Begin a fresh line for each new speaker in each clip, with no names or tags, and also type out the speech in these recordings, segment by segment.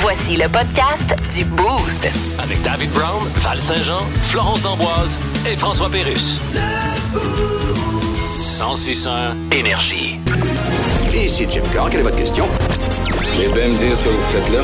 Voici le podcast du Boost.
Avec David Brown, Val Saint-Jean, Florence D'Amboise et François Pérus. 1061 Énergie.
Ici Jim Carr, quelle est votre question?
Les bien me dire ce que vous faites là.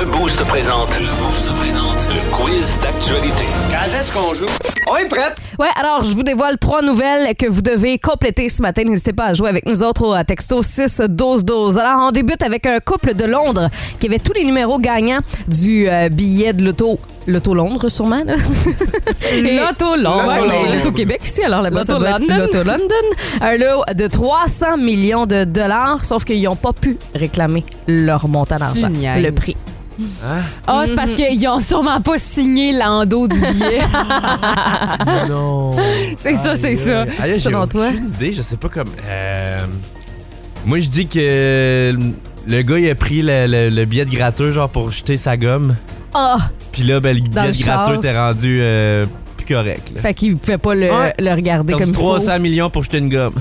Le Boost présente. Le Boost présente. Le quiz d'actualité.
Quand est-ce qu'on joue? On est prête!
Ouais, alors je vous dévoile trois nouvelles que vous devez compléter ce matin. N'hésitez pas à jouer avec nous autres au euh, texto 6 12 12. Alors on débute avec un couple de Londres qui avait tous les numéros gagnants du euh, billet de l'auto. L'auto Londres, sûrement. là. Et-
L'auto Londres.
Ouais, mais
Londres.
l'auto Québec ici, alors là-bas, ça
L'auto
doit être
London.
l'auto London. Un lot de 300 millions de dollars, sauf qu'ils n'ont pas pu réclamer leur montant d'argent,
Tu niaises.
le prix.
Ah, c'est parce qu'ils ont sûrement pas signé l'endo du billet.
Non.
C'est ça, c'est ça.
Allez,
Selon
Ah, j'ai
toi?
aucune idée, je sais pas comme. euh, Moi, je dis que le gars, il a pris le, le- le billet de gratteux, genre pour jeter sa gomme.
Ah!
Puis là, ben, le
Dans le
billet de
char.
gratteux était rendu euh, plus correct. Là.
Fait qu'ils pouvaient pas le,
Ouais.
le regarder comme
Perdu
il faut.
300 millions pour jeter une gomme.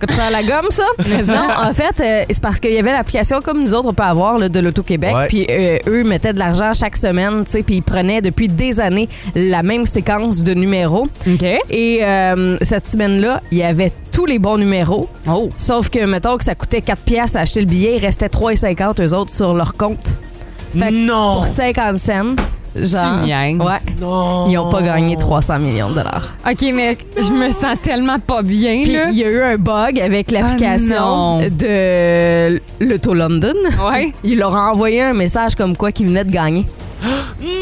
Coûte cher la gomme, ça? non, en fait, euh, c'est parce qu'il y avait l'application comme nous autres, on peut avoir là, de l'Auto-Québec.
Ouais.
Puis euh, eux mettaient de l'argent chaque semaine, tu sais, puis ils prenaient depuis des années la même séquence de numéros.
OK.
Et euh, cette semaine-là, il y avait tous les bons numéros.
Oh.
Sauf que, mettons que ça coûtait 4 piastres à acheter le billet, il restait 3,50 eux autres sur leur compte. Fait que
non!
Pour 50 cents, genre.
Tu niaises.
ouais,
Non!
ils ont pas gagné 300 millions de dollars.
OK, mais je me sens tellement pas bien,
Puis
là.
il y a eu un bug avec l'application
Ah non.
de l'Auto London.
Ouais.
Il leur a envoyé un message comme quoi qu'ils venaient de gagner.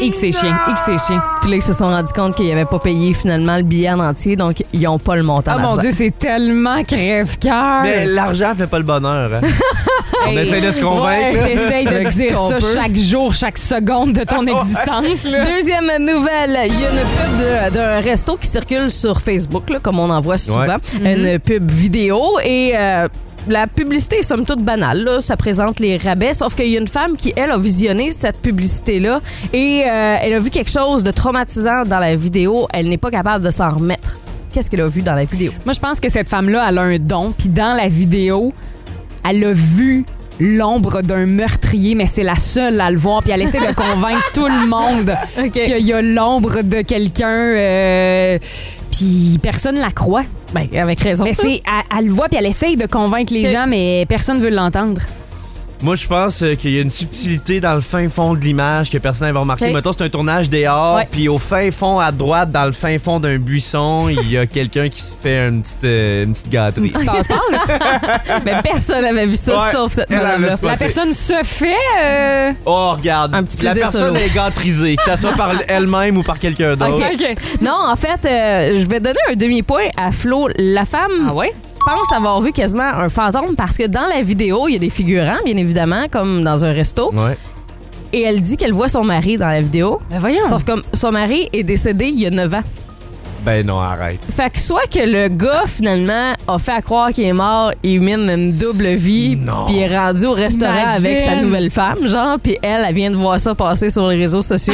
X c'est chien, X c'est chien.
Puis là, ils se sont rendus compte qu'ils n'avaient pas payé finalement le billet en entier, donc ils n'ont pas le montant.
Ah mon
d'argent.
Dieu, c'est tellement crève-cœur.
Mais Eh, l'argent fait pas le bonheur. hein. On essaie de se convaincre. là.
Ouais, t'essayes de dire
qu'on
ça
peut.
chaque jour, chaque seconde de ton existence, là.
Deuxième nouvelle, il y a une pub de- d'un resto qui circule sur Facebook, là, comme on en voit souvent, une pub vidéo et euh, la publicité est somme toute banale. là. Ça présente les rabais, sauf qu'il y a une femme qui, elle, a visionné cette publicité-là et euh, elle a vu quelque chose de traumatisant dans la vidéo. Elle n'est pas capable de s'en remettre. Qu'est-ce qu'elle a vu dans la vidéo?
Moi, je pense que cette femme-là, elle a un don. Puis dans la vidéo, elle a vu l'ombre d'un meurtrier, mais c'est la seule à le voir. Puis elle essaie de convaincre tout le monde
OK.
qu'il y a l'ombre de quelqu'un. euh, puis personne la croit.
Ben, avec raison.
Mais c'est, elle, elle le voit, puis elle essaye de convaincre les
OK.
gens, mais personne veut l'entendre.
Moi, je pense euh, qu'il y a une subtilité dans le fin fond de l'image que personne n'avait remarqué.
Ok.
Mettons, c'est un tournage dehors,
Ouais.
puis au fin fond à droite, dans le fin fond d'un buisson, il y a quelqu'un qui se fait une petite, euh, une petite gâterie.
Mais personne n'avait vu ça,
Ouais.
sauf cette
Elle, elle
madame-là.
laisse pas
La
faire.
personne se fait. euh,
Oh, regarde.
Un petit
la
plaisir
personne
solo.
est gâtrisée, que ça soit par elle-même ou par quelqu'un d'autre.
OK.
Non, en fait, euh, je vais donner un demi-point à Flo. La femme
Ah ouais?
pense avoir vu quasiment un fantôme parce que dans la vidéo, il y a des figurants, bien évidemment, comme dans un resto.
Ouais.
Et elle dit qu'elle voit son mari dans la vidéo.
Ben voyons.
Sauf que son mari est décédé il y a 9 ans.
Ben non, arrête.
Fait que soit que le gars, finalement, a fait à croire qu'il est mort, il mène une double vie,
Non.
puis est rendu au restaurant
Imagine.
avec sa nouvelle femme, genre, puis elle, elle vient de voir ça passer sur les réseaux sociaux.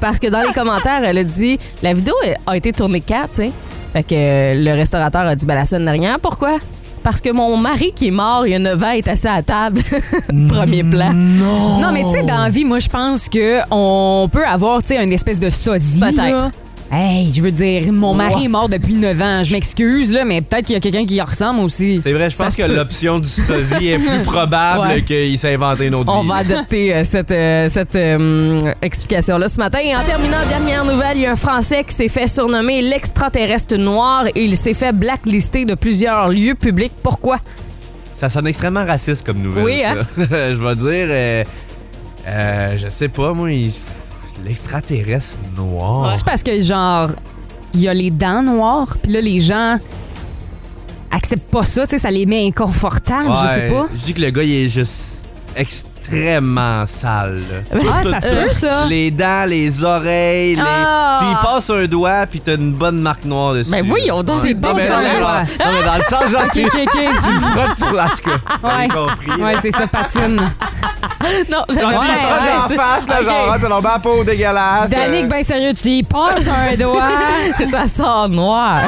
Parce que dans les commentaires, elle a dit la vidéo a été tournée 4, tu sais. Fait que euh, le restaurateur a dit ben la scène dernière, pourquoi? Parce que mon mari qui est mort il y a 9 ans est assis à la table. Premier plan.
Non, mais tu sais, dans la vie, moi, je pense que on peut avoir, tu sais, une espèce de sosie. là.
Peut-être.
Hey, je veux dire, mon mari est mort depuis 9 ans. Je m'excuse, là, mais peut-être qu'il y a quelqu'un qui y ressemble aussi.
C'est vrai, je
Ça
pense
se
que
peut.
l'option du sosie est plus probable
Ouais.
qu'il s'est inventé une autre
On
vie.
va adopter euh, cette, euh, cette euh, explication-là ce matin. Et en terminant, dernière nouvelle, il y a un Français qui s'est fait surnommer l'extraterrestre noir et il s'est fait blacklister de plusieurs lieux publics. Pourquoi?
Ça sonne extrêmement raciste comme nouvelle.
Oui, hein?
ça. je vais dire. euh, euh, je sais pas, moi, il- l'extraterrestre noir.
C'est parce que, genre, il y a les dents noires, puis là, les gens acceptent pas ça, tu sais, ça les met inconfortables, je sais
Ouais,
pas.
Je dis que le gars, il est juste extrêmement sale. là.
Ah,
Tout-
ça
tout-
se peut,
tout-
ça.
Les dents, les oreilles, les-
Ah.
tu y passes un doigt, puis t'as une bonne marque noire dessus.
Ben voyons donc, c'est
Non,
bon
mais, non,
sens.
mais dans- non, mais dans le sens gentil.
Ok, ok,
Tu le frottes sur la, en tout cas.
Ouais.
J'ai compris.
ok. Ouais, c'est ça, patine.
Non, j'avais
Quand tu le
Ouais,
frottes dans
ouais,
la face, là, genre, ah, t'as tombé à la peau dégueulasse. euh.
Danick, ben sérieux, tu y passes un doigt.
c'est- Ça sort noir.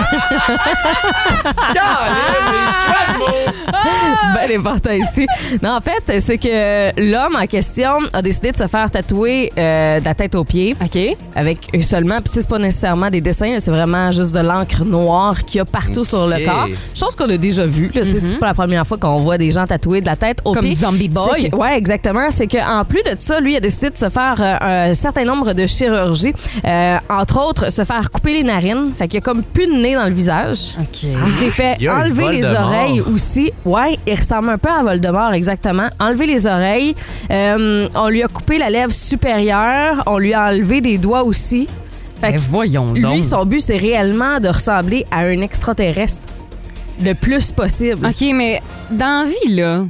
Calme, mais chouette mot.
Ah!
Ah! ben, les portes ici. Non, en fait, c'est que l'homme en question a décidé de se faire tatouer euh, de la tête aux pieds
OK.
avec seulement, puis tu sais, c'est pas nécessairement des dessins, là, c'est vraiment juste de l'encre noire qu'il y a partout sur le
Ok.
corps. Chose qu'on a déjà vue, là, c'est- c'est pas la première fois qu'on voit des gens tatoués de la tête aux
Mhm. Comme
pieds.
Zombie Boy.
C'est que- ouais, exactement. C'est qu'en plus de ça, lui a décidé de se faire euh, un certain nombre de chirurgies, Euh, entre autres se faire couper les narines, fait qu'il y a comme plus de nez dans le visage.
OK.
Il s'est fait
Ah, Il y a un
enlever les
Voldemort.
oreilles aussi. Ouais, il ressemble un peu à Voldemort, exactement. Enlever les oreilles. Euh, on lui a coupé la lèvre supérieure. On lui a enlevé des doigts aussi. Fait
Ben
que
voyons donc.
lui, son but, c'est réellement de ressembler à un extraterrestre le plus possible.
OK, mais dans la vie, là,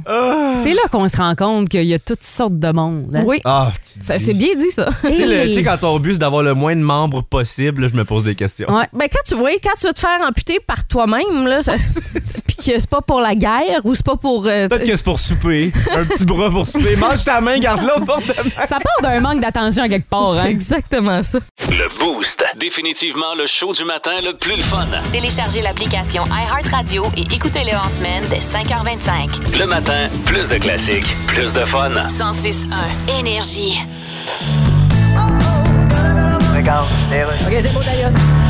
c'est là qu'on se rend compte qu'il y a toutes sortes de monde. hein.
Oui,
Ah, tu
ça,
dis.
c'est bien dit, ça.
Tu sais, le- tu sais, quand ton but, c'est d'avoir le moins de membres possible, je me pose des questions.
Ouais.
Ben, quand tu vois, quand tu vas te faire amputer par toi-même, là, ça- puis que c'est pas pour la guerre ou c'est pas pour. euh,
Peut-être que c'est pour souper. Un petit bras pour souper. Mange ta main, garde l'autre pour demain.
Ça part d'un manque d'attention à quelque part.
c'est
Hein?
exactement ça.
Le Boost. Définitivement le show du matin le plus le fun.
Téléchargez l'application iHeartRadio et écoutez-le en semaine dès 5h25.
Le matin, plus de classiques, plus de fun.
106.1 Énergie.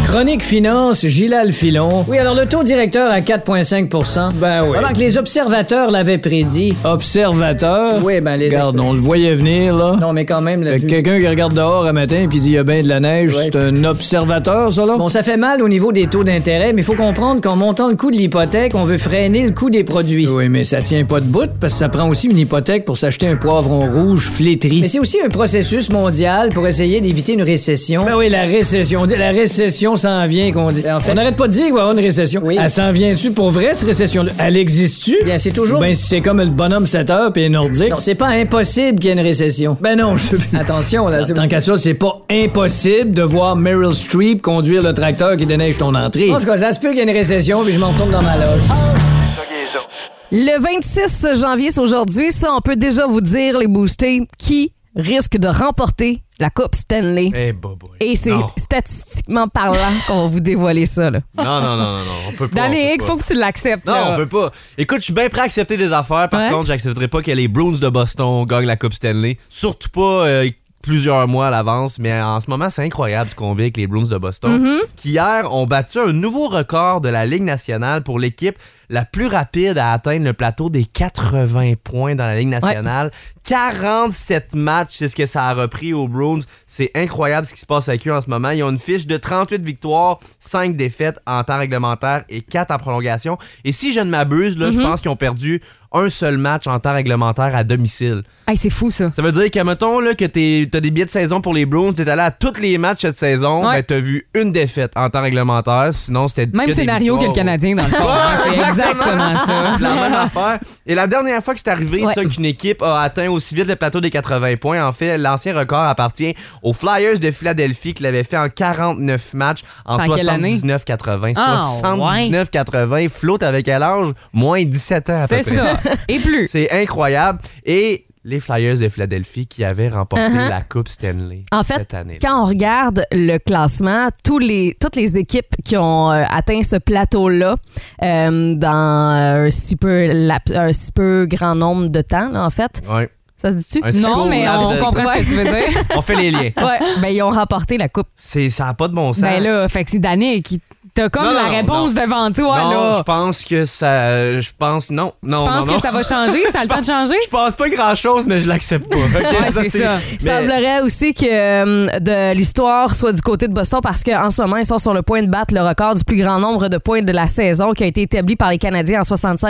Chronique Finance, Gilal Filon. Oui, alors le taux directeur à 4,5 Ben oui. Alors que les observateurs l'avaient prédit. Observateurs? Oui, ben les Regarde, on le voyait venir, là. Non, mais quand même, là. Quelqu'un qui regarde dehors un matin et qui dit il y a bien de la neige, c'est un observateur, ça, là? Bon, ça fait mal au niveau des taux d'intérêt, mais il faut comprendre qu'en montant le coût de l'hypothèque, on veut freiner le coût des produits. Oui, mais ça tient pas de bout parce que ça prend aussi une hypothèque pour s'acheter un poivron rouge flétri. Mais c'est aussi un processus mondial pour essayer d'éviter une récession. Ben oui, la récession. On dit la récession s'en vient, qu'on dit. On n'arrête pas de dire qu'il va y avoir une récession. Elle s'en vient-tu pour vrai, cette récession-là? Elle existe-tu? Bien, c'est toujours. Ben, c'est comme le bonhomme 7 heures puis nordique. Non, c'est pas impossible qu'il y ait une récession. Ben non, je Attention, là. Tant qu'à ça, c'est pas impossible de voir Meryl Streep conduire le tracteur qui déneige ton entrée. En tout cas, ça se peut qu'il y ait une récession puis je m'en retourne dans ma loge.
Le 26 janvier, c'est aujourd'hui. Ça, on peut déjà vous dire, les boostés, qui risque de remporter la Coupe Stanley.
Eh, boboy.
Et c'est
Non.
statistiquement parlant qu'on va vous dévoiler ça. Là.
Non, non, non, non, non, on peut pas. on peut
Danick,
pas.
faut que tu l'acceptes.
Non,
là.
on peut pas. Écoute, je suis bien prêt à accepter des affaires. Par
Ouais.
contre, j'accepterai pas que les Bruins de Boston gagnent la Coupe Stanley. Surtout pas euh, plusieurs mois à l'avance. Mais en ce moment, c'est incroyable ce qu'on vit avec les Bruins de Boston. Qui hier ont battu un nouveau record de la Ligue nationale pour l'équipe la plus rapide à atteindre le plateau des 80 points dans la Ligue nationale. 47 matchs, c'est ce que ça a repris aux Bruins. C'est incroyable ce qui se passe avec eux en ce moment. Ils ont une fiche de 38 victoires, 5 défaites en temps réglementaire et 4 en prolongation. Et si je ne m'abuse,
Mhm.
là, je pense qu'ils ont perdu un seul match en temps réglementaire à domicile.
Hey, c'est fou, ça.
Ça veut dire que, mettons, là, que t'es- t'as des billets de saison pour les Bruins, t'es allé à tous les matchs cette saison,
Ouais.
ben, t'as vu une défaite en temps réglementaire, sinon c'était
Même
que des Ah,
scénario que le
victoires.
Canadien, dans le fond. hein. c'est exactement ça.
C'est la même affaire. Et la dernière fois que c'est arrivé, ça, qu'une équipe a atteint aussi vite le plateau des 80 points, en fait, l'ancien record appartient aux Flyers de Philadelphie qui l'avaient fait en 49 matchs en
C'est en quelle année?
79-80.
Ah,
79-80. Flotte avec quel âge? Moins 17 ans à peu
C'est
près.
ça. Et plus.
C'est incroyable. Et les Flyers de Philadelphie qui avaient remporté
Uh-huh.
la Coupe Stanley
En fait,
cette année.
quand on regarde le classement, tous les, toutes les équipes qui ont euh, atteint ce plateau-là euh, dans euh, un si, peu lap- un si peu grand nombre de temps, là, en fait,
Ouais.
ça se dit-tu?
Un si
Non,
court
mais
laps
on
de-
comprend ce que tu veux dire.
On fait les liens.
Ouais, ben, ils ont remporté la Coupe.
C'est, ça n'a pas de bon sens.
Ben là, fait que c'est Danick. il- T'as comme
Non,
la
non,
réponse
non.
devant toi,
non,
là.
je pense que ça. Je pense. Non, non,
Tu
non,
penses
non.
que ça va changer? Ça a le temps de changer?
Je pense pas grand chose, mais je l'accepte pas. Ok,
Ouais, c'est ça.
Il semblerait aussi que euh, de l'histoire soit du côté de Boston parce qu'en ce moment, ils sont sur le point de battre le record du plus grand nombre de points de la saison qui a été établi par les Canadiens en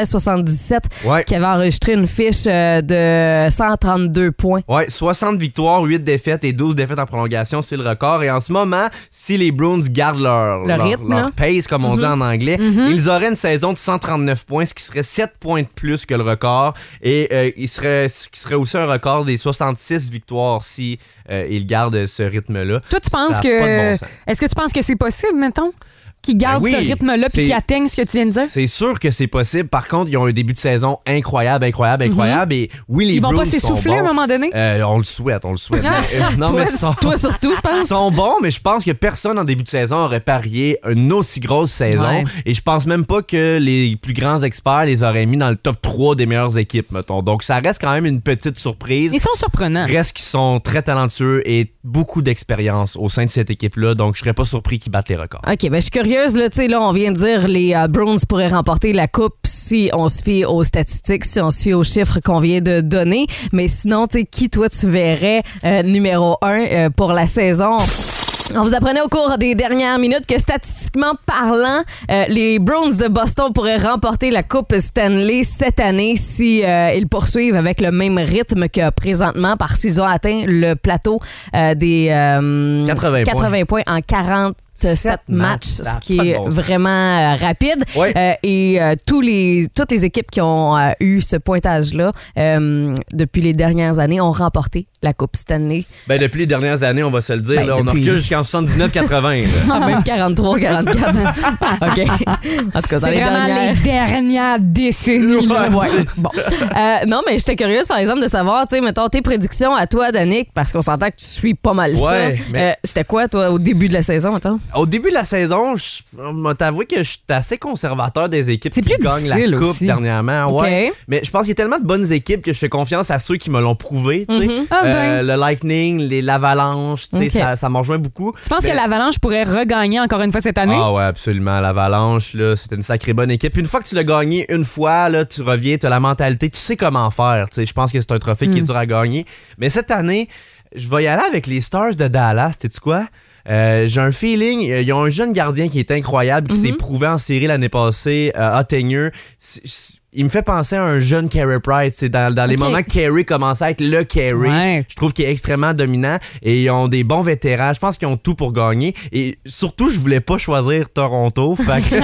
76-77
Ouais.
qui avait enregistré une fiche euh, de 132 points.
Ouais, 60 victoires, 8 défaites et 12 défaites en prolongation, c'est le record. Et en ce moment, si les Bruins gardent leur,
Le
leur,
rythme,
leur
là.
pace, comme on dit
Mhm.
en anglais, ils auraient une saison de 139 points, ce qui serait 7 points de plus que le record. Et euh, il serait, ce qui serait aussi un record des 66 victoires si euh, ils gardent ce rythme-là.
Toi, tu
Ça
penses
a
que.
pas de bon sens.
Est-ce que tu penses que c'est possible, mettons? qui gardent
Ben oui,
ce rythme-là puis
c'est-
qui atteignent ce que tu viens de dire?
C'est sûr que c'est possible. Par contre, ils ont un début de saison incroyable, incroyable, incroyable. Et oui, les
Mhm. Ils vont
Bruins
pas s'essouffler
sont
à un
bons.
moment donné? Ah.
Euh, on le souhaite, on le souhaite.
Hein?
Mais, euh, non,
toi,
mais sont,
toi surtout, je
ils
pense.
sont bons, mais je pense que personne en début de saison aurait parié une aussi grosse saison.
Ouais.
Et je pense même pas que les plus grands experts les auraient mis dans le top 3 des meilleures équipes, mettons. Donc, ça reste quand même une petite surprise.
Ils sont surprenants.
Reste qu'ils sont très talentueux et beaucoup d'expérience au sein de cette équipe-là, donc je serais pas surpris qu'ils battent les records.
OK, ben je suis curieuse. Là, tu sais, là, on vient de dire les euh, Browns pourraient remporter la coupe si on se fie aux statistiques, si on se fie aux chiffres qu'on vient de donner. Mais sinon, tu sais, qui, toi, tu verrais euh, numéro un euh, pour la saison? On vous apprenait au cours des dernières minutes que statistiquement parlant, euh, les Browns de Boston pourraient remporter la Coupe Stanley cette année si euh, ils poursuivent avec le même rythme que présentement parce qu'ils ont atteint le plateau euh, des euh,
80 points.
80 points en 47
Sept
matchs,
matchs,
ce
ça a
qui
pas de
est
bon sens.
vraiment euh, rapide.
Ouais.
Euh, et euh, tous les, toutes les équipes qui ont euh, eu ce pointage-là euh, depuis les dernières années ont remporté la Coupe Stanley.
Ben, depuis les dernières années, on va se le dire,
Ben,
là, on
depuis-
en recule jusqu'en 79-80. là.
Ah, même 43, 44. OK. En tout cas, dans
C'est
les
vraiment
dernières.
les dernières décennies. là.
Ouais.
Bon. Euh, non, mais j'étais curieuse, par exemple, de savoir, tu sais, mettons tes prédictions à toi, Danick, parce qu'on s'entend que tu suis pas mal ça.
Ouais, mais-
Euh, C'était quoi, toi, au début de la saison, mettons?
Au début de la saison, je on m'a t'avoué que je suis assez conservateur des équipes
C'est
qui
plus
gagnent la
difficile
coupe
aussi.
dernièrement.
OK.
Ouais. Mais je pense qu'il y a tellement de bonnes équipes que je fais confiance à ceux qui me l'ont prouvé. tu sais.
Ah ben.
Euh, le Lightning, les l'Avalanche, tu sais,
OK.
ça, ça m'en rejoint beaucoup.
Tu penses
Mais-
que l'Avalanche pourrait regagner encore une fois cette année?
Ah ouais, absolument. L'Avalanche, là, c'est une sacrée bonne équipe. Puis Une fois que tu l'as gagné une fois, là, tu reviens, tu as la mentalité, tu sais comment faire. tu sais. Je pense que c'est un trophée qui est dur à gagner. Mais cette année, je vais y aller avec les Stars de Dallas, sais tu quoi? Euh, J'ai un feeling, euh, ils ont un jeune gardien qui est incroyable, qui s'est prouvé en série l'année passée, euh, Ottinger. C'est- c'est- Il me fait penser à un jeune Carey Price. C'est dans, dans les
OK.
moments que Carey commençait à être le Carey.
Ouais.
Je trouve qu'il est extrêmement dominant et ils ont des bons vétérans. Je pense qu'ils ont tout pour gagner. Et surtout, je voulais pas choisir Toronto. Fait que...
Je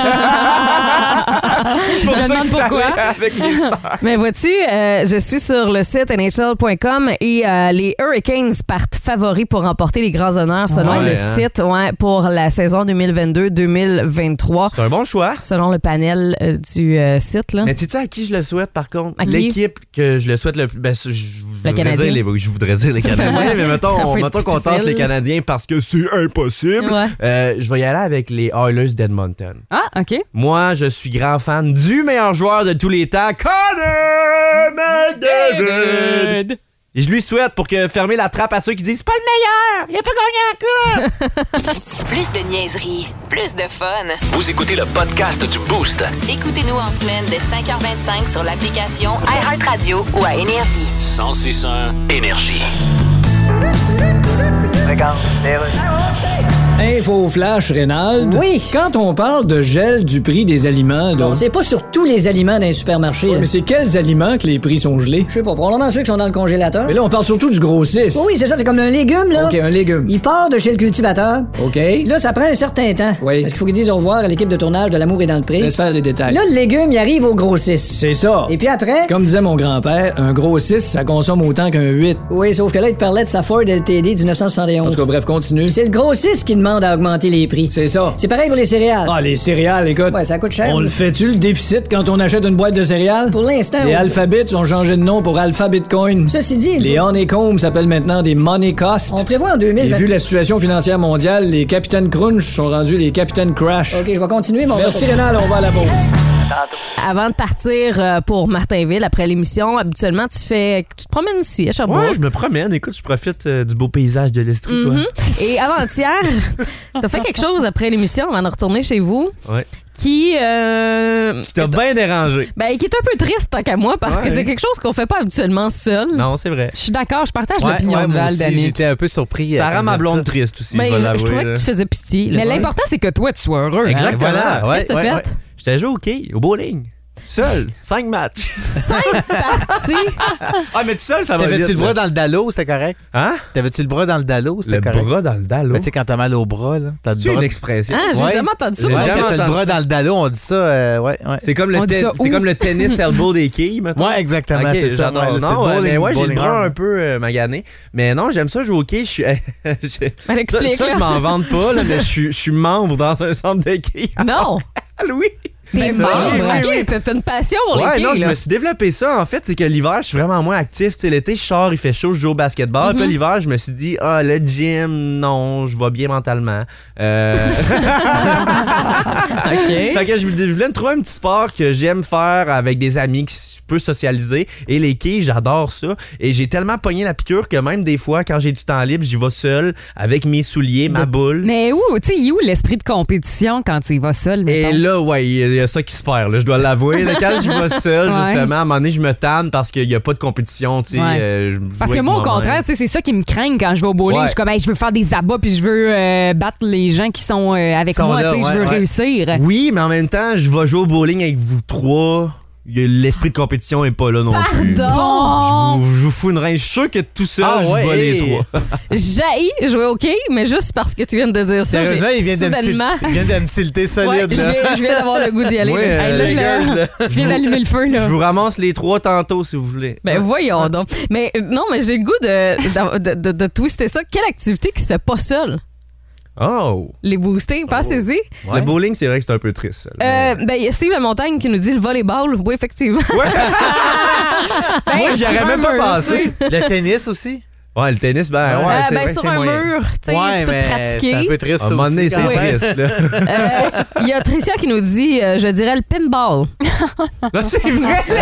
me demande pourquoi.
Avec les stars.
Mais vois-tu, euh, je suis sur le site NHL.com et euh, les Hurricanes partent favoris pour remporter les grands honneurs selon le
Ouais, hein.
site ouais, pour la saison 2022-2023,
C'est un bon choix.
selon le panel euh, du euh, site. Là.
Mais sais-tu à qui je le souhaite par contre?
À qui?
L'équipe que je le souhaite le plus. Ben, je, je voudrais
Canadien.
dire les- oui, je voudrais dire les Canadiens, mais mettons,
Ça peut
on-
être
mettons qu'on
difficile.
tasse les Canadiens parce que c'est impossible.
Ouais.
Euh, je vais y aller avec les Oilers d'Edmonton.
Ah, OK.
Moi, je suis grand fan du meilleur joueur de tous les temps, Connor McDavid. Et je lui souhaite pour que fermer la trappe à ceux qui disent c'est pas le meilleur, il a pas gagné la coupe.
Plus de niaiserie, plus de fun.
Vous écoutez le podcast du Boost.
Écoutez-nous en semaine de 5h25 sur l'application iHeartRadio ou à Énergie.
1061 Énergie.
Info flash, Reynald. Oui. Quand on parle de gel du prix des aliments, là. c'est pas sur tous les aliments d'un supermarché. mais c'est quels aliments que les prix sont gelés? Je sais pas, probablement ceux qui sont dans le congélateur. Mais là, on parle surtout du grossiste. Oui, c'est ça, c'est comme un légume, là. OK, un légume. Il part de chez le cultivateur. OK. Là, ça prend un certain temps. Oui. Parce qu'il faut qu'ils disent au revoir à l'équipe de tournage de l'amour et dans le prix. Laisse faire les détails. Là, le légume, il arrive au grossiste. C'est ça. Et puis après. Comme disait mon grand-père, un grossiste, ça consomme autant qu'un 8. Oui, sauf que là, il te parlait de sa Ford LTD du 971. En tout cas, bref, continue. C'est le grossiste qui demande à augmenter les prix. C'est ça. C'est pareil pour les céréales. Ah, les céréales, écoute. Ouais, ça coûte cher. On le fait-tu le déficit quand on achète une boîte de céréales? Pour l'instant. Les Alphabets ont changé de nom pour Alpha Bitcoin. Ceci dit. Les Honeycomb s'appellent maintenant des Money Cost. On prévoit en 2020. Et vu la situation financière mondiale, les Capitaines Crunch sont rendus les Capitaines Crash. OK, je vais continuer mon Merci Rénal, on va à la pause.
Avant de partir euh, pour Martinville après l'émission, habituellement, tu fais, tu te promènes ici à Sherbrooke.
Ouais, je me promène, écoute, je profite euh, du beau paysage de l'Estrie. quoi.
Et avant-hier, t'as fait quelque chose après l'émission avant de retourner chez vous
Ouais.
qui... euh,
Qui t'a bien dérangé.
ben, qui est un peu triste tant qu'à moi parce que
Ouais.
c'est quelque chose qu'on fait pas habituellement seul.
Non, c'est vrai.
Je suis d'accord, je partage
Ouais,
l'opinion
ouais,
de
moi
Val,
aussi,
Danick.
J'étais un peu surpris.
Ça
euh,
rend ma
de
blonde
ça.
triste aussi,
Ben,
je vais
je- je,
l'avouer,
trouvais
là.
que tu faisais pitié. là,
Mais
tu sais.
l'important, c'est que toi, tu sois heureux. hein?
Exactement.
Voilà, ouais,
Qu'est-ce que t'as
ouais,
fait?
ouais.
J'étais joué au quai, au bowling. Seul. Cinq matchs.
Cinq parties.
Ah, mais tout seul, ça va vite.
T'avais-tu le
là.
bras dans le dallo, c'était correct?
Hein?
T'avais-tu le bras dans le dallo,
Le
c'était correct?
bras dans le dallo.
Mais tu sais, quand t'as mal au bras, là, t'as le
C'est
bras.
une expression.
Ah, j'ai
Ouais.
jamais entendu ça.
J'ai
Ouais,
jamais
quand t'as le
entendu
bras
ça.
dans le dallo, on dit ça, euh, ouais, ouais.
C'est comme, le
On dit
ten-
ça
c'est
où?
comme le tennis elbow des quilles, maintenant.
Ouais, exactement,
Ok,
c'est ça.
j'adore.
ouais, c'est
non,
le
euh,
bowling-
mais ouais, j'ai le
bowling
bras
arm.
un peu euh, magané. Mais non, j'aime ça jouer au quilles. Je suis. je-
Elle
ça,
explique.
ça,
là.
je m'en vante pas, là, mais je suis- je suis membre dans un centre de quilles.
Non.
Ah, oui!
Ben,
T'es
ça,
mort.
oui, oui,
OK, t'as- t'as une passion pour les
Ouais,
filles.
non, je
là.
me suis développé ça. En fait, c'est que l'hiver, je suis vraiment moins actif. Tu sais, l'été, je sors, il fait chaud, je joue au basketball.
Mhm.
Puis là, l'hiver, je me suis dit, ah, le gym, non, je vais bien mentalement. Euh...
OK.
Fait que je voulais, je voulais me trouver un petit sport que j'aime faire avec des amis qui s- peut socialiser. Et les quilles, j'adore ça. Et j'ai tellement pogné la piqûre que même des fois, quand j'ai du temps libre, j'y vais seul avec mes souliers, ma boule.
Mais où, tu sais, il est où l'esprit de compétition quand tu y vas seul?
Et
mettons?
là, ouais, il y a- il y a ça qui se perd, là, je dois l'avouer. là. Quand je vais seul,
Ouais.
justement, à un moment donné, je me tanne parce qu'il n'y a pas de compétition. tu sais,
Ouais.
euh, je
Parce
jouais
que moi, au
avec moi-même.
contraire, tu sais, c'est ça qui me craint quand je vais au bowling.
Ouais.
Je suis comme, Hey, je veux faire des abats puis je veux euh, battre les gens qui sont euh, avec
Sont
moi.
là,
tu sais, je
ouais,
veux
ouais.
réussir.
Oui, mais en même temps, je vais jouer au bowling avec vous trois. Il y a- L'esprit de compétition n'est pas là non plus.
Pardon.
Je vous, je vous fous une reine. Je suis sûr que tout seul,
Ah
je
ouais,
vais les
hey.
trois.
Jaillit jouer OK, mais juste parce que tu viens de dire ça, j'ai
Sérieusement, il vient de me til-
soudainement...
il vient de me tilter
Ouais,
solide,
je
là.
viens- je viens d'avoir le goût d'y aller.
Oui,
là.
euh,
Hey, là,
les
je-
gueules, là.
Tu viens d'allumer le feu,
Je
là.
vous ramasse les trois tantôt si vous voulez.
Ben voyons donc. Mais euh, non, mais j'ai le goût de, d'av- de, de- de twister ça. Quelle activité qui se fait pas seule?
Oh!
Les booster, pensez-y.
Le bowling, c'est vrai que c'est un peu triste. ça, là.
Euh, ben, il y a Steve La Montagne qui nous dit le volleyball. Oui, effectivement.
Tu vois, j'y aurais même pas pensé.
Le tennis aussi?
Ouais, le tennis, ben ouais,
Euh,
c'est
ben,
vrai que
sur
c'est
un
moyen.
mur, tu sais, tu peux te
c'est un
pratiquer.
peu
Ah,
triste,
À
ça
un moment donné,
aussi,
c'est
quand même.
triste. Là,
Euh, Il y a Tricia qui nous dit, euh, je dirais le pinball.
Là, c'est vrai.
Tu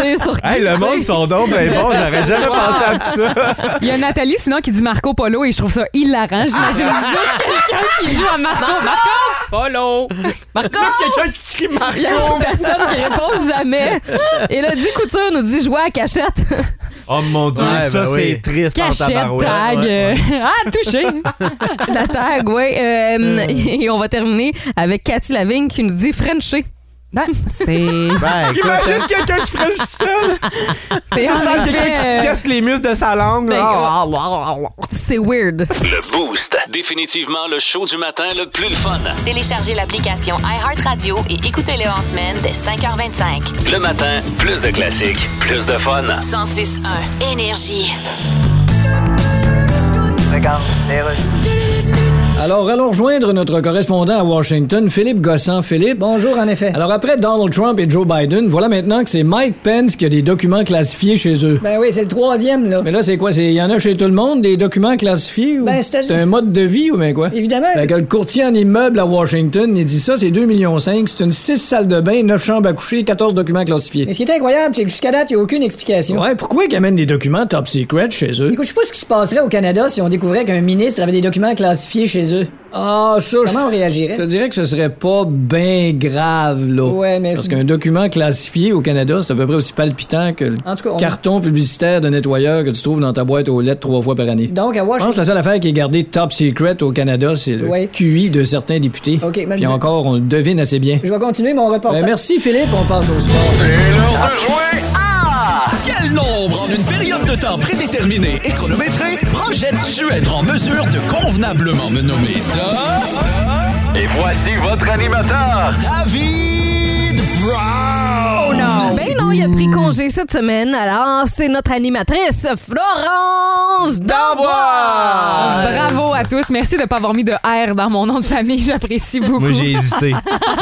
sais, sur
Hey, le monde, son don, ben bon, j'aurais jamais pensé à tout ça.
Il y a Nathalie, sinon, qui dit Marco Polo et je trouve ça hilarant. J'imagine
Ah,
juste quelqu'un qui joue à Marco. Marco Polo.
Marco!
Quelqu'un qui crie
Il y a personne qui répond jamais. Et là, dit Couture nous dit jouer à la cachette.
Oh mon dieu,
Ouais,
ça,
ben
c'est
oui.
triste en
Cachette,
tabarouette.
tag. euh, Ah, touché.
La tag, oui. Et on va terminer avec Cathy Lavigne qui nous dit Frencher.
Ben, c'est.
Ben, écoute, hein.
Imagine quelqu'un qui ferait juste ça. là.
C'est en
Quelqu'un qui
effet, euh,
casse les muscles de sa langue.
Ben,
là.
C'est weird.
Le Boost. Définitivement le show du matin le plus le fun.
Téléchargez l'application iHeartRadio et écoutez-le en semaine dès 5h25.
Le matin, plus de classiques, plus de fun.
106.1 Énergie.
Alors, allons rejoindre notre correspondant à Washington, Philippe Gossan. Philippe. Bonjour, en effet. Alors, après Donald Trump et Joe Biden, voilà maintenant que c'est Mike Pence qui a des documents classifiés chez eux. Ben oui, c'est le troisième, là. Mais là, c'est quoi? Il y en a chez tout le monde, des documents classifiés? Ou... Ben, c'est un mode de vie ou ben quoi? Évidemment. Ben, que le courtier en immeuble à Washington, il dit ça, c'est 2,5 millions. C'est une 6 salles de bain, 9 chambres à coucher, 14 documents classifiés. Mais ce qui est incroyable, c'est que jusqu'à date, il n'y a aucune explication. Ouais, pourquoi ils amènent des documents top secret chez eux? Écoute, je sais pas ce qui se passerait au Canada si on découvrait qu'un ministre avait des documents classifiés chez eux. Ah, ça, Comment on réagirait? Je te dirais que ce serait pas bien grave, là. Ouais, mais. Parce qu'un document classifié au Canada, c'est à peu près aussi palpitant que le carton publicitaire de nettoyeur que tu trouves dans ta boîte aux lettres trois fois par année. Donc, à Washington. Je pense que la seule affaire qui est gardée top secret au Canada, c'est le QI de certains députés. OK, Puis encore, on le devine assez bien. Je vais continuer mon reportage. Ben, merci, Philippe, on passe au sport.
Quel nombre en une période de temps prédéterminée et chronométrée projettes-tu être en mesure de convenablement me nommer Tom?
Et voici votre animateur,
David Brown?
Ben non, il a pris congé cette semaine. Alors, c'est notre animatrice, Florence Dambois.
Bravo à tous. Merci de ne pas avoir mis de R dans mon nom de famille. J'apprécie beaucoup.
Moi, j'ai hésité.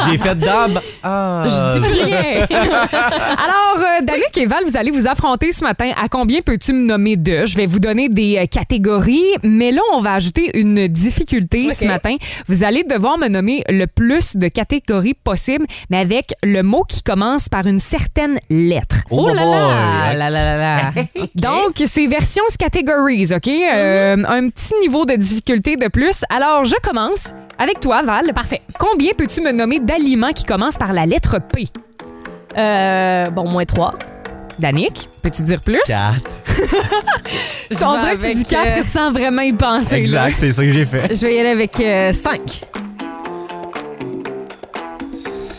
J'ai fait dab. Ah.
Je dis plus rien. Euh, Alors, euh, Danick et Val, vous allez vous affronter ce matin. À combien peux-tu me nommer deux? Je vais vous donner des euh, catégories, mais là, on va ajouter une difficulté ce
Ok.
matin. Vous allez devoir me nommer le plus de catégories possible, mais avec le mot qui commence par une certaine lettre.
Oh là là!
boy.
là, là, là, là.
Donc, c'est versions categories, OK? Euh, Un petit niveau de difficulté de plus. Alors, je commence avec toi, Val. Parfait. Combien peux-tu me nommer d'aliments qui commencent par la lettre P?
Euh, bon, moins 3.
Danick, peux-tu dire plus?
Quatre.
On dirait que tu dis 4 sans vraiment y penser. là.
Exact, c'est ça que j'ai fait.
euh, je vais y aller avec euh, 5.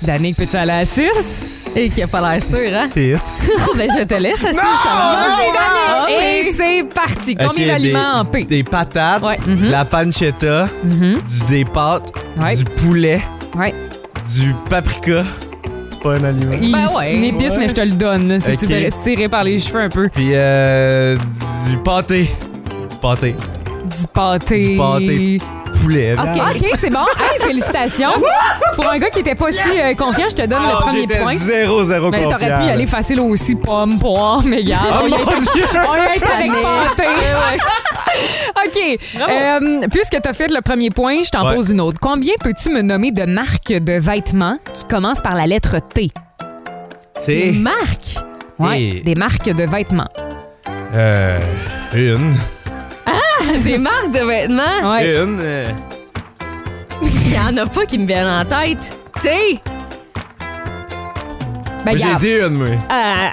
Danick, peux-tu aller à Oh, 6?
Et qui a pas l'air sûr, hein?
Yes.
ben, je te laisse, Assis, ça
Vas-y,
va.
Dani!
Ah,
Et
oui.
c'est parti.
Ok,
Combien d'aliments en
des,
P?
des patates,
Ouais.
de la pancetta,
Mhm.
du, des pâtes,
Ouais.
du poulet,
Ouais.
du paprika. C'est pas un aliment.
Il-
Ben ouais.
C'est une épice, mais je te le donne. là, C'est
Ok.
tiré- tiré par les cheveux un peu.
Puis euh, du pâté. Du pâté.
Du pâté.
Du pâté. Poulet. viande.
OK, c'est bon. Hey, félicitations. Pour un gars qui était pas si euh, confiant, je te donne le
Ah,
premier
j'étais
point.
Zéro, zéro
Mais t'aurais
confiant.
pu y aller facile aussi, pomme, poire, mais regarde.
Oh
on y est-
mon Dieu!
on y est avec pâté. OK. euh, puisque t'as fait le premier point, je t'en
Ouais.
pose une autre. Combien peux-tu me nommer de marques de vêtements qui commencent par la lettre
Des
T?
C'est
marques.
Ouais,
Et-
Des marques de vêtements.
euh, une.
Des marques de vêtements.
Ouais.
Une. euh,
Il y en a pas qui me viennent en tête. T'sais,
Ben,
Eh. J'ai
regarde.
dit une, moi.
euh, euh,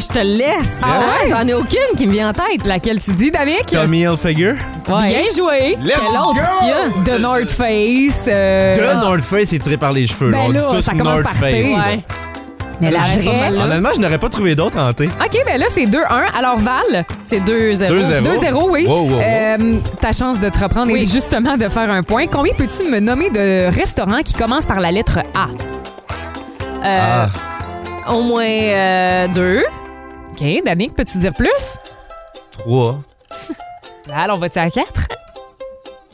je te laisse.
Ah ouais?
J'en ai aucune qui me vient en tête. Euh,
Laquelle tu dis, Damic?
Tommy Hilfiger.
Bien joué.
Let's
Quelle autre
go!
qu'il y a? The North Face. euh,
Ah,
Le North Face est tiré par les cheveux.
Ben
On
là,
dit tous
ça commence
North
par
Face.
T.
là.
Ouais.
Mais la
Ça, c'est pas
vraie.
mal,
là.
Honnêtement, je n'aurais pas trouvé d'autres en T.
OK, ben là, c'est 2-1. Alors, Val,
C'est 2-0.
2-0.
2-0, oui.
Wow, wow, wow.
Euh, ta chance de te reprendre et
Oui.
justement de faire un point. Combien peux-tu me nommer de restaurants qui commencent par la lettre A?
Euh,
Ah,
Au moins euh, deux.
OK, Danick, peux-tu dire plus?
Trois.
Val, on va-tu à 4?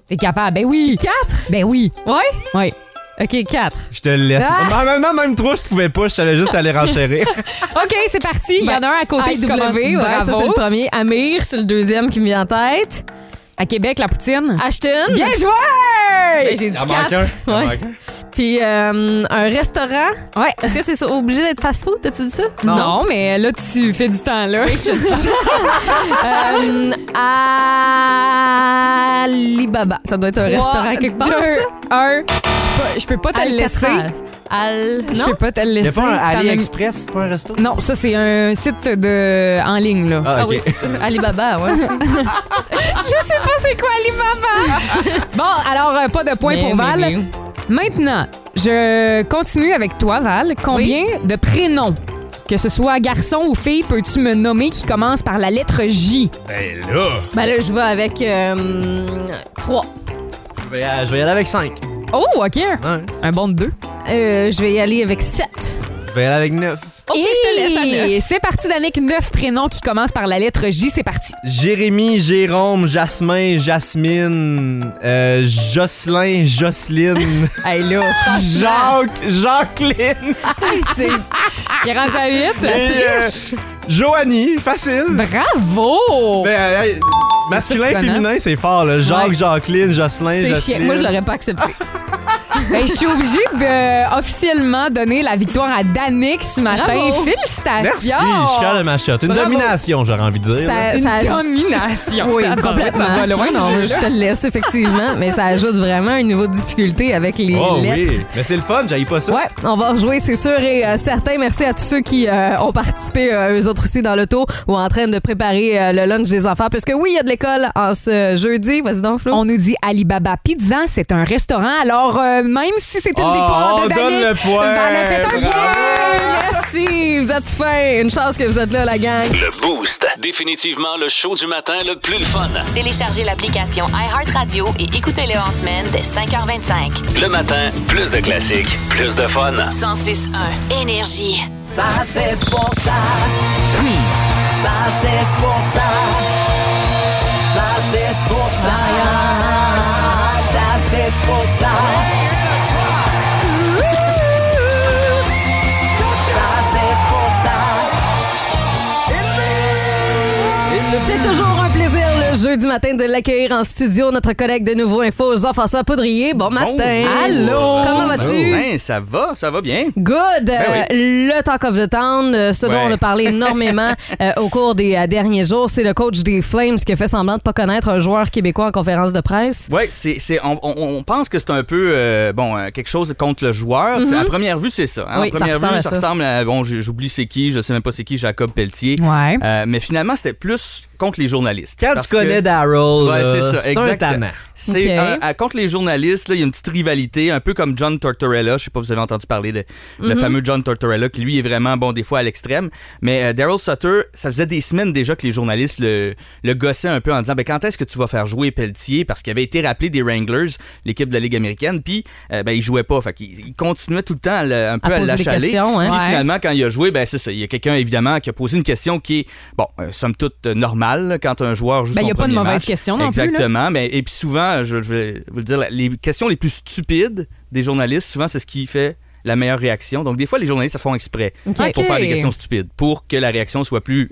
T'es capable? Ben oui! 4? Ben oui.
Ouais?
Oui.
OK, quatre.
Je te laisse.
Ah!
En même temps, même trois, je pouvais pas. Je savais juste aller renchérir.
OK, c'est parti. Il y en a un à côté qui commence-
W, ouais, ça c'est
Bravo.
le premier. Amir, c'est le deuxième qui me vient en tête.
À Québec, la poutine.
Ashton.
Bien joué!
Ben, J'ai dit
Il en manque
quatre.
un. Il en
Ouais.
manque un.
Puis euh, un restaurant.
Ouais.
Est-ce que c'est ça- obligé d'être fast-food? T'as-tu dit ça?
Non. mais là, tu fais du temps,
Euh,
là.
Alibaba. Ça doit être un restaurant quelque part, ça?
1. Je peux pas te le laisser.
Alcatraz. Al...
Je
Non?
peux pas te le
Il n'y
laisser.
a pas un
T'en as-
AliExpress, c'est pas un resto?
Non, ça, c'est un site de... en ligne, là.
Ah, ok.
oui, c'est ça. Alibaba, ouais. c'est-
Je sais pas c'est quoi Alibaba. bon, alors, euh, pas de point
Mais-
pour
mais-
Val.
mais-
Maintenant, je continue avec toi, Val. Combien de prénoms, que ce soit garçon ou fille, peux-tu me nommer qui commence par la lettre J?
Ben là!
Ben là, je vais avec euh, trois.
Je vais, je vais y aller avec cinq.
Oh, OK.
Hein?
Un bon de deux.
Euh, je vais y aller avec sept.
Je vais y aller avec neuf.
OK, je te laisse à
Et
neuf.
c'est parti, Danick. Neuf prénoms qui commencent par la lettre J. C'est parti.
Jérémy, Jérôme, Jasmin, Jasmine, euh, Jocelyn, Jocelyne,
Hey là, Oh, franchement,
Jacques, Jacqueline,
c'est...
J'ai rendu à huit.
et, euh, Joanie, facile.
Ben,
Bravo!
Ben, euh, hey, masculin,
surprenant.
féminin, c'est fort, là. Jacques,
Ouais.
Jacqueline, Jocelyn,
C'est
Jocelyne.
chiant. Moi, je l'aurais pas accepté.
Ben, je suis obligée de euh, officiellement donner la victoire à Danick ce matin.
Bravo.
Félicitations!
Merci, je suis fier de ma shot. Une
Bravo.
domination, j'aurais envie de dire. là.
Ça,
Une
ça aj-
domination.
Oui,
Attends,
complètement.
Ça va loin,
non,
ce
non,
jeu-là.
je te le laisse, effectivement. mais ça ajoute vraiment un niveau de difficulté avec les
Oh
lettres.
oui, mais c'est le fun, j'aille pas ça.
Ouais, on va rejouer, c'est sûr. Et euh, certains, merci à tous ceux qui euh, ont participé, euh, eux autres aussi, dans l'auto ou en train de préparer euh, le lunch des enfants. Parce que oui, il y a de l'école en ce jeudi. Vas-y donc, Flo.
On nous dit Alibaba Pizza, c'est un restaurant. Alors, euh, même si c'est une
Oh,
victoire
on
de
donne
Danick,
le point.
Val a fait un
Bravo.
point.
Merci, vous êtes fins. Une chance que vous êtes là, la gang.
Le Boost. Définitivement le show du matin le plus le fun.
Téléchargez l'application iHeartRadio et écoutez-le en semaine dès 5h25.
Le matin, plus de classiques, plus de fun.
106.1 Énergie.
C'est toujours un plaisir le jeudi matin de l'accueillir en studio, notre collègue de Nouveau Info, Jean-François Poudrier. Bon matin. Allô. Comment vas-tu?
Ben, ça va, ça va bien.
Good. Euh, le Talk of the Town, euh, ce dont
Ben Ouais.
on a parlé énormément euh, au cours des euh, derniers jours, c'est le coach des Flames qui a fait semblant de pas connaître un joueur québécois en conférence de presse.
Oui, c'est, c'est- on, on- on pense que c'est un peu euh, bon euh, quelque chose contre le joueur. C'est- À première vue, c'est ça. hein.
Oui,
à première
ça ressemble
vue,
à
ça
ça.
ressemble à bon, j'ai- j'oublie c'est qui, je sais même pas c'est qui, Jacob Pelletier.
Ouais.
Euh, mais finalement, c'était plus contre les journalistes.
Quand
Parce
tu connais
que-
Daryl,
Ouais,
là,
c'est ça,
c'est un
exact.
tannant.
C'est
Ok.
un- à- contre les journalistes, là, il y a une petite rivalité, un peu comme John Tortorella. Je sais pas si vous avez entendu parler de le
Mhm.
fameux John Tortorella, qui lui est vraiment, bon, des fois à l'extrême. Mais euh, Daryl Sutter, ça faisait des semaines déjà que les journalistes le, le gossaient un peu en disant ben, quand est-ce que tu vas faire jouer Pelletier Parce qu'il avait été rappelé des Wranglers, l'équipe de la Ligue américaine, puis euh, ben, il jouait pas. Fait qu'il il continuait tout le temps à le- un peu à,
poser des
l'achaler.
questions, hein.
Puis
Ouais.
finalement, quand il a joué, ben, c'est ça. Il y a quelqu'un, évidemment, qui a posé une question qui est, bon, euh, somme toute euh, normale là, quand un joueur joue
Ben,
son
il y a pas de
premier
mauvaise
match.
question non plus, là.
Exactement. Exactement. Mais, et puis souvent, je, je vais vous le dire, la- les questions les plus stupides des journalistes, souvent, c'est ce qui fait la meilleure réaction. Donc, des fois, les journalistes se font exprès
Ok.
pour
Ok.
faire des questions stupides, pour que la réaction soit plus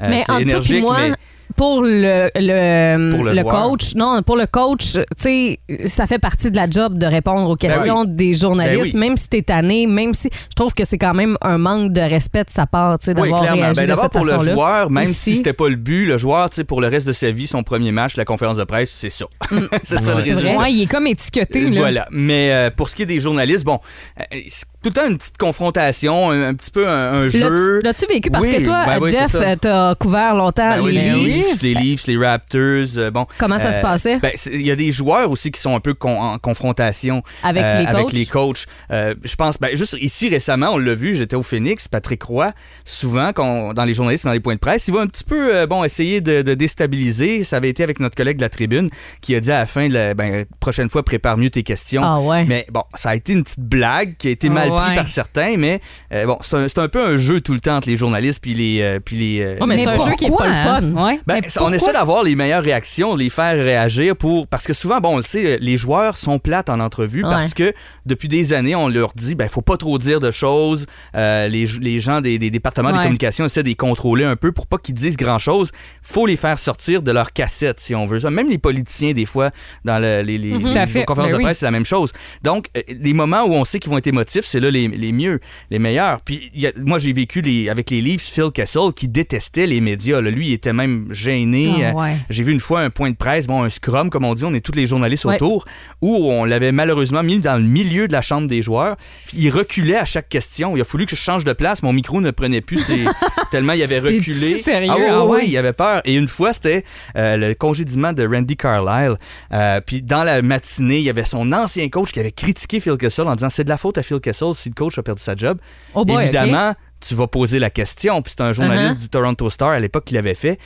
euh,
mais
tu sais,
en tout
énergique.
et moi,
mais
pour le, le,
Pour le
le
joueur.
coach, non, pour le coach, tu sais, ça fait partie de la job de répondre aux questions des journalistes,
Ben oui.
même si t'es tanné, même si je trouve que c'est quand même un manque de respect de sa part, tu sais,
oui,
d'avoir
clairement.
réagi
Ben,
de
D'abord,
cette
pour le
façon-là.
joueur, même si
Aussi.
c'était pas le but, le joueur, tu sais, pour le reste de sa vie, son premier match, la conférence de presse, c'est ça. c'est ça le
Mm. c'est vrai.
résultat.
Ouais, il est comme étiqueté. Là.
Voilà. Mais euh, pour ce qui est des journalistes, bon, euh, c'est tout le temps une petite confrontation, un, un petit peu un, un jeu.
L'as-tu- L'as-tu vécu? Parce
Oui,
que toi,
ben oui, c'est
Jeff,
ça.
euh, t'as couvert longtemps
Ben oui,
les
les
livres.
Leafs, les Leafs, les Raptors. euh, bon,
Comment ça se passait?
ben, c'est- Il y a des joueurs aussi qui sont un peu con- en confrontation
Avec les coachs?
coachs. Euh, je pense, ben, juste ici récemment, on l'a vu, j'étais au Phoenix, Patrick Roy, souvent quand, dans les journalistes, dans les points de presse, il va un petit peu euh, bon, essayer de, de déstabiliser. Ça avait été avec notre collègue de la tribune qui a dit à la fin, de la- ben, prochaine fois, prépare mieux tes questions.
Ah ouais.
Mais bon, ça a été une petite blague qui a été
Ah
mal prise
ouais.
par certains, mais euh, bon, c'est un, c'est un peu un jeu tout le temps entre les journalistes puis les... euh, puis les euh,
Ouais, Oh, mais c'est un jeu qui est
pourquoi,
pas le fun.
hein? Ouais.
ben,
Mais
ça- on essaie
pourquoi?
d'avoir les meilleures réactions, les faire réagir pour parce que souvent bon, on le sait euh, les joueurs sont plates en entrevue parce que depuis des années on leur dit ben faut pas trop dire de choses, Euh, les, les gens des, des départements des
Ouais.
communications essaient de les contrôler un peu pour pas qu'ils disent grand-chose, faut les faire sortir de leur cassette si on veut ça. Même les politiciens des fois dans le- les, les,
Tout à
les
fait.
conférences
Ben
de
oui.
presse, c'est la même chose. Donc, euh, des moments où on sait qu'ils vont être émotifs, c'est là les, les mieux, les meilleurs. Puis, il y a- moi, j'ai vécu les, avec les livres Phil Kessel qui détestait les médias. là. Lui, il était même gêné.
Ah,
Euh,
ouais.
J'ai vu une fois un point de presse, bon, un scrum, comme on dit, on est tous les journalistes
Ouais.
autour, où on l'avait malheureusement mis dans le milieu de la chambre des joueurs. Puis, il reculait à chaque question. Il a fallu que je change de place. Mon micro ne prenait plus. ses- tellement il avait
T'es-tu
reculé.
sérieux?
Ah, ouais,
Ah
ouais,
ouais.
ouais, il avait peur. Et une fois, c'était euh, le congédiement de Randy Carlisle. Euh, puis dans la matinée, il y avait son ancien coach qui avait critiqué Phil Kessel en disant c'est de la faute à Phil Kessel si le coach a perdu sa job.
Oh boy, Uh-huh.
Évidemment, tu vas poser la question. Puis c'est un journaliste du Toronto Star à l'époque qui l'avait fait.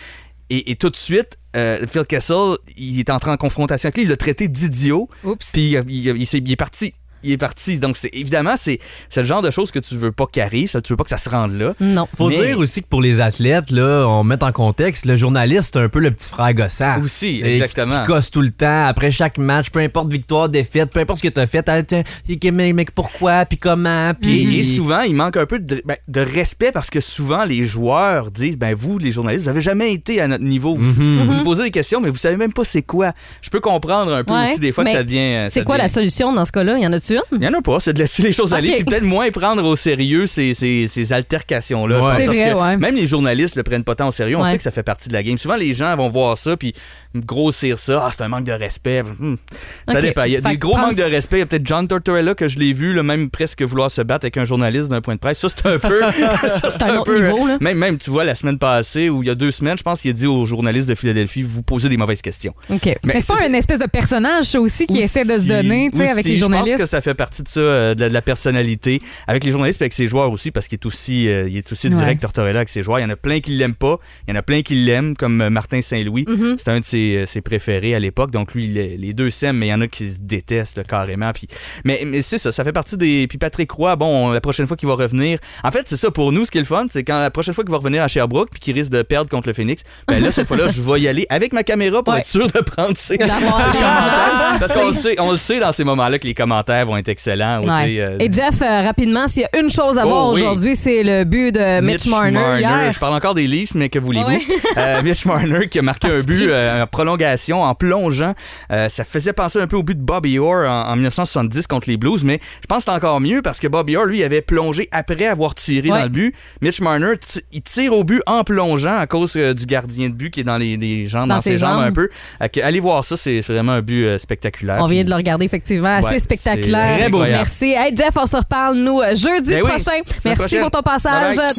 Et, et tout de suite, euh, Phil Kessel, il est entré en confrontation avec lui. Il l'a traité d'idiot.
Oups.
Puis il, il- il s'est- il est parti. Il est parti. Donc, c'est, évidemment, c'est, c'est le genre de choses que tu veux pas qu'arrive. ça, Tu veux pas que ça se rende là.
Non.
Faut
Mais-
dire aussi que pour les athlètes, là, on met en contexte, le journaliste, c'est un peu le petit frère gossant.
Aussi,
Ah, C'est- qui-
exactement.
Qui, cosse tout le temps, après chaque match, peu importe victoire, défaite, peu importe ce que t'as fait, ah, tiens, mais, mais pourquoi, puis comment,
Et,
puis...
Mm-hmm. et souvent, il manque un peu de, ben, de respect parce que souvent, les joueurs disent ben Vous, les journalistes, vous avez jamais été à notre niveau. Vous, vous
Mm-hmm.
nous posez des questions, mais vous savez même pas c'est quoi. Je peux comprendre un peu
Ouais,
aussi des fois que
mais
Ben, ça devient.
C'est quoi la solution dans ce cas-là? Y en a-tu une?
Il n'y en a pas, c'est de laisser les choses aller,
Ok.
puis peut-être moins prendre au sérieux ces, ces- ces altercations-là. je
Ouais.
pense,
C'est
parce
vrai,
que
ouais.
Même les journalistes le prennent pas tant au sérieux, on
Ouais.
sait que ça fait partie de la game. Souvent, les gens vont voir ça, puis grossir ça. Ah, c'est un manque de respect. Hmm. Ça
Ok.
dépend. Il y a
Fait
des
que
gros
prendre-
manques de respect. Il y a peut-être John Tortorella que je l'ai vu, le même presque vouloir se battre avec un journaliste d'un point de presse. Ça, c'est un euh, peu. ça,
C'est un autre niveau, là.
Même, même, tu vois, la semaine passée, ou il y a deux semaines, je pense qu'il a dit aux journalistes de Philadelphie Vous posez des mauvaises questions.
OK.
Mais c'est
ça,
pas une espèce de personnage, ça aussi, qui essaie de se
aussi,
donner, tu sais, avec
aussi.
les
Je
journalistes.
pense que ça fait partie de ça, euh, de la, de la personnalité. Avec les journalistes, puis avec ses joueurs aussi, parce qu'il est aussi, euh, il est aussi direct, Tortorella, avec ses joueurs. Il y en a plein qui l'aiment pas. Il y en a plein qui l'aiment, comme euh, Martin Saint-Louis.
Mm-hmm.
C'était un de ses, euh, ses préférés à l'époque. Donc, lui, il est- les deux s'aiment, mais il y en a qui se détestent là, carrément. Puis, mais mais c'est ça, ça fait partie des. Puis Patrick Roy, bon, la prochaine fois qu'il va revenir. En fait, c'est ça, pour nous, ce qui est le fun, c'est quand la prochaine fois qu'il va revenir à Sherbrooke, puis qu'il risque de perdre contre le Phoenix, ben là, cette fois-là, je vais y aller avec ma caméra pour
Ouais.
être sûr de prendre ses,
D'avoir
ses
des
commentaires.
images.
Parce qu'on le sait- on le sait dans ces moments-là que les commentaires vont être excellents. ou tu sais,
Ouais.
euh,
Et Jeff, euh, rapidement, s'il y a une chose à
Oh,
voir
oui.
aujourd'hui, c'est le but de Mitch, Marner, hier.
Je parle encore des Leafs, mais que voulez-vous?
Ouais.
Euh, Mitch Marner qui a marqué un but
Particulier.
euh, en prolongation, en plongeant. Euh, ça faisait penser un peu au but de Bobby Orr en, en 1970 contre les Blues, mais je pense que c'est encore mieux parce que Bobby Orr, lui, avait plongé après avoir tiré
Ouais.
dans le but. Mitch Marner, ti- il tire au but en plongeant à cause euh, du gardien de but qui est dans les, les jambes,
Dans
dans,
ses
ses, jambes,
jambes.
un peu. Euh, que- allez voir ça, c'est vraiment un but euh, spectaculaire.
On vient
Puis-
de le regarder, effectivement. Assez
Ouais,
spectaculaire.
c'est très beau.
Merci. Hey, Jeff, on se reparle, nous, jeudi
Ben oui,
prochain.
semaine
Merci
prochaine.
pour ton passage.
Bye bye.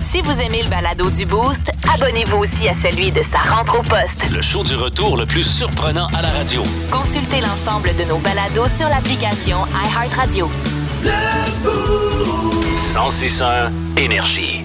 Si vous aimez le balado du Boost, abonnez-vous aussi à celui de sa rentre au poste.
Le show du retour le plus surprenant à la radio.
Consultez l'ensemble de nos balados sur l'application iHeartRadio.
106 énergie.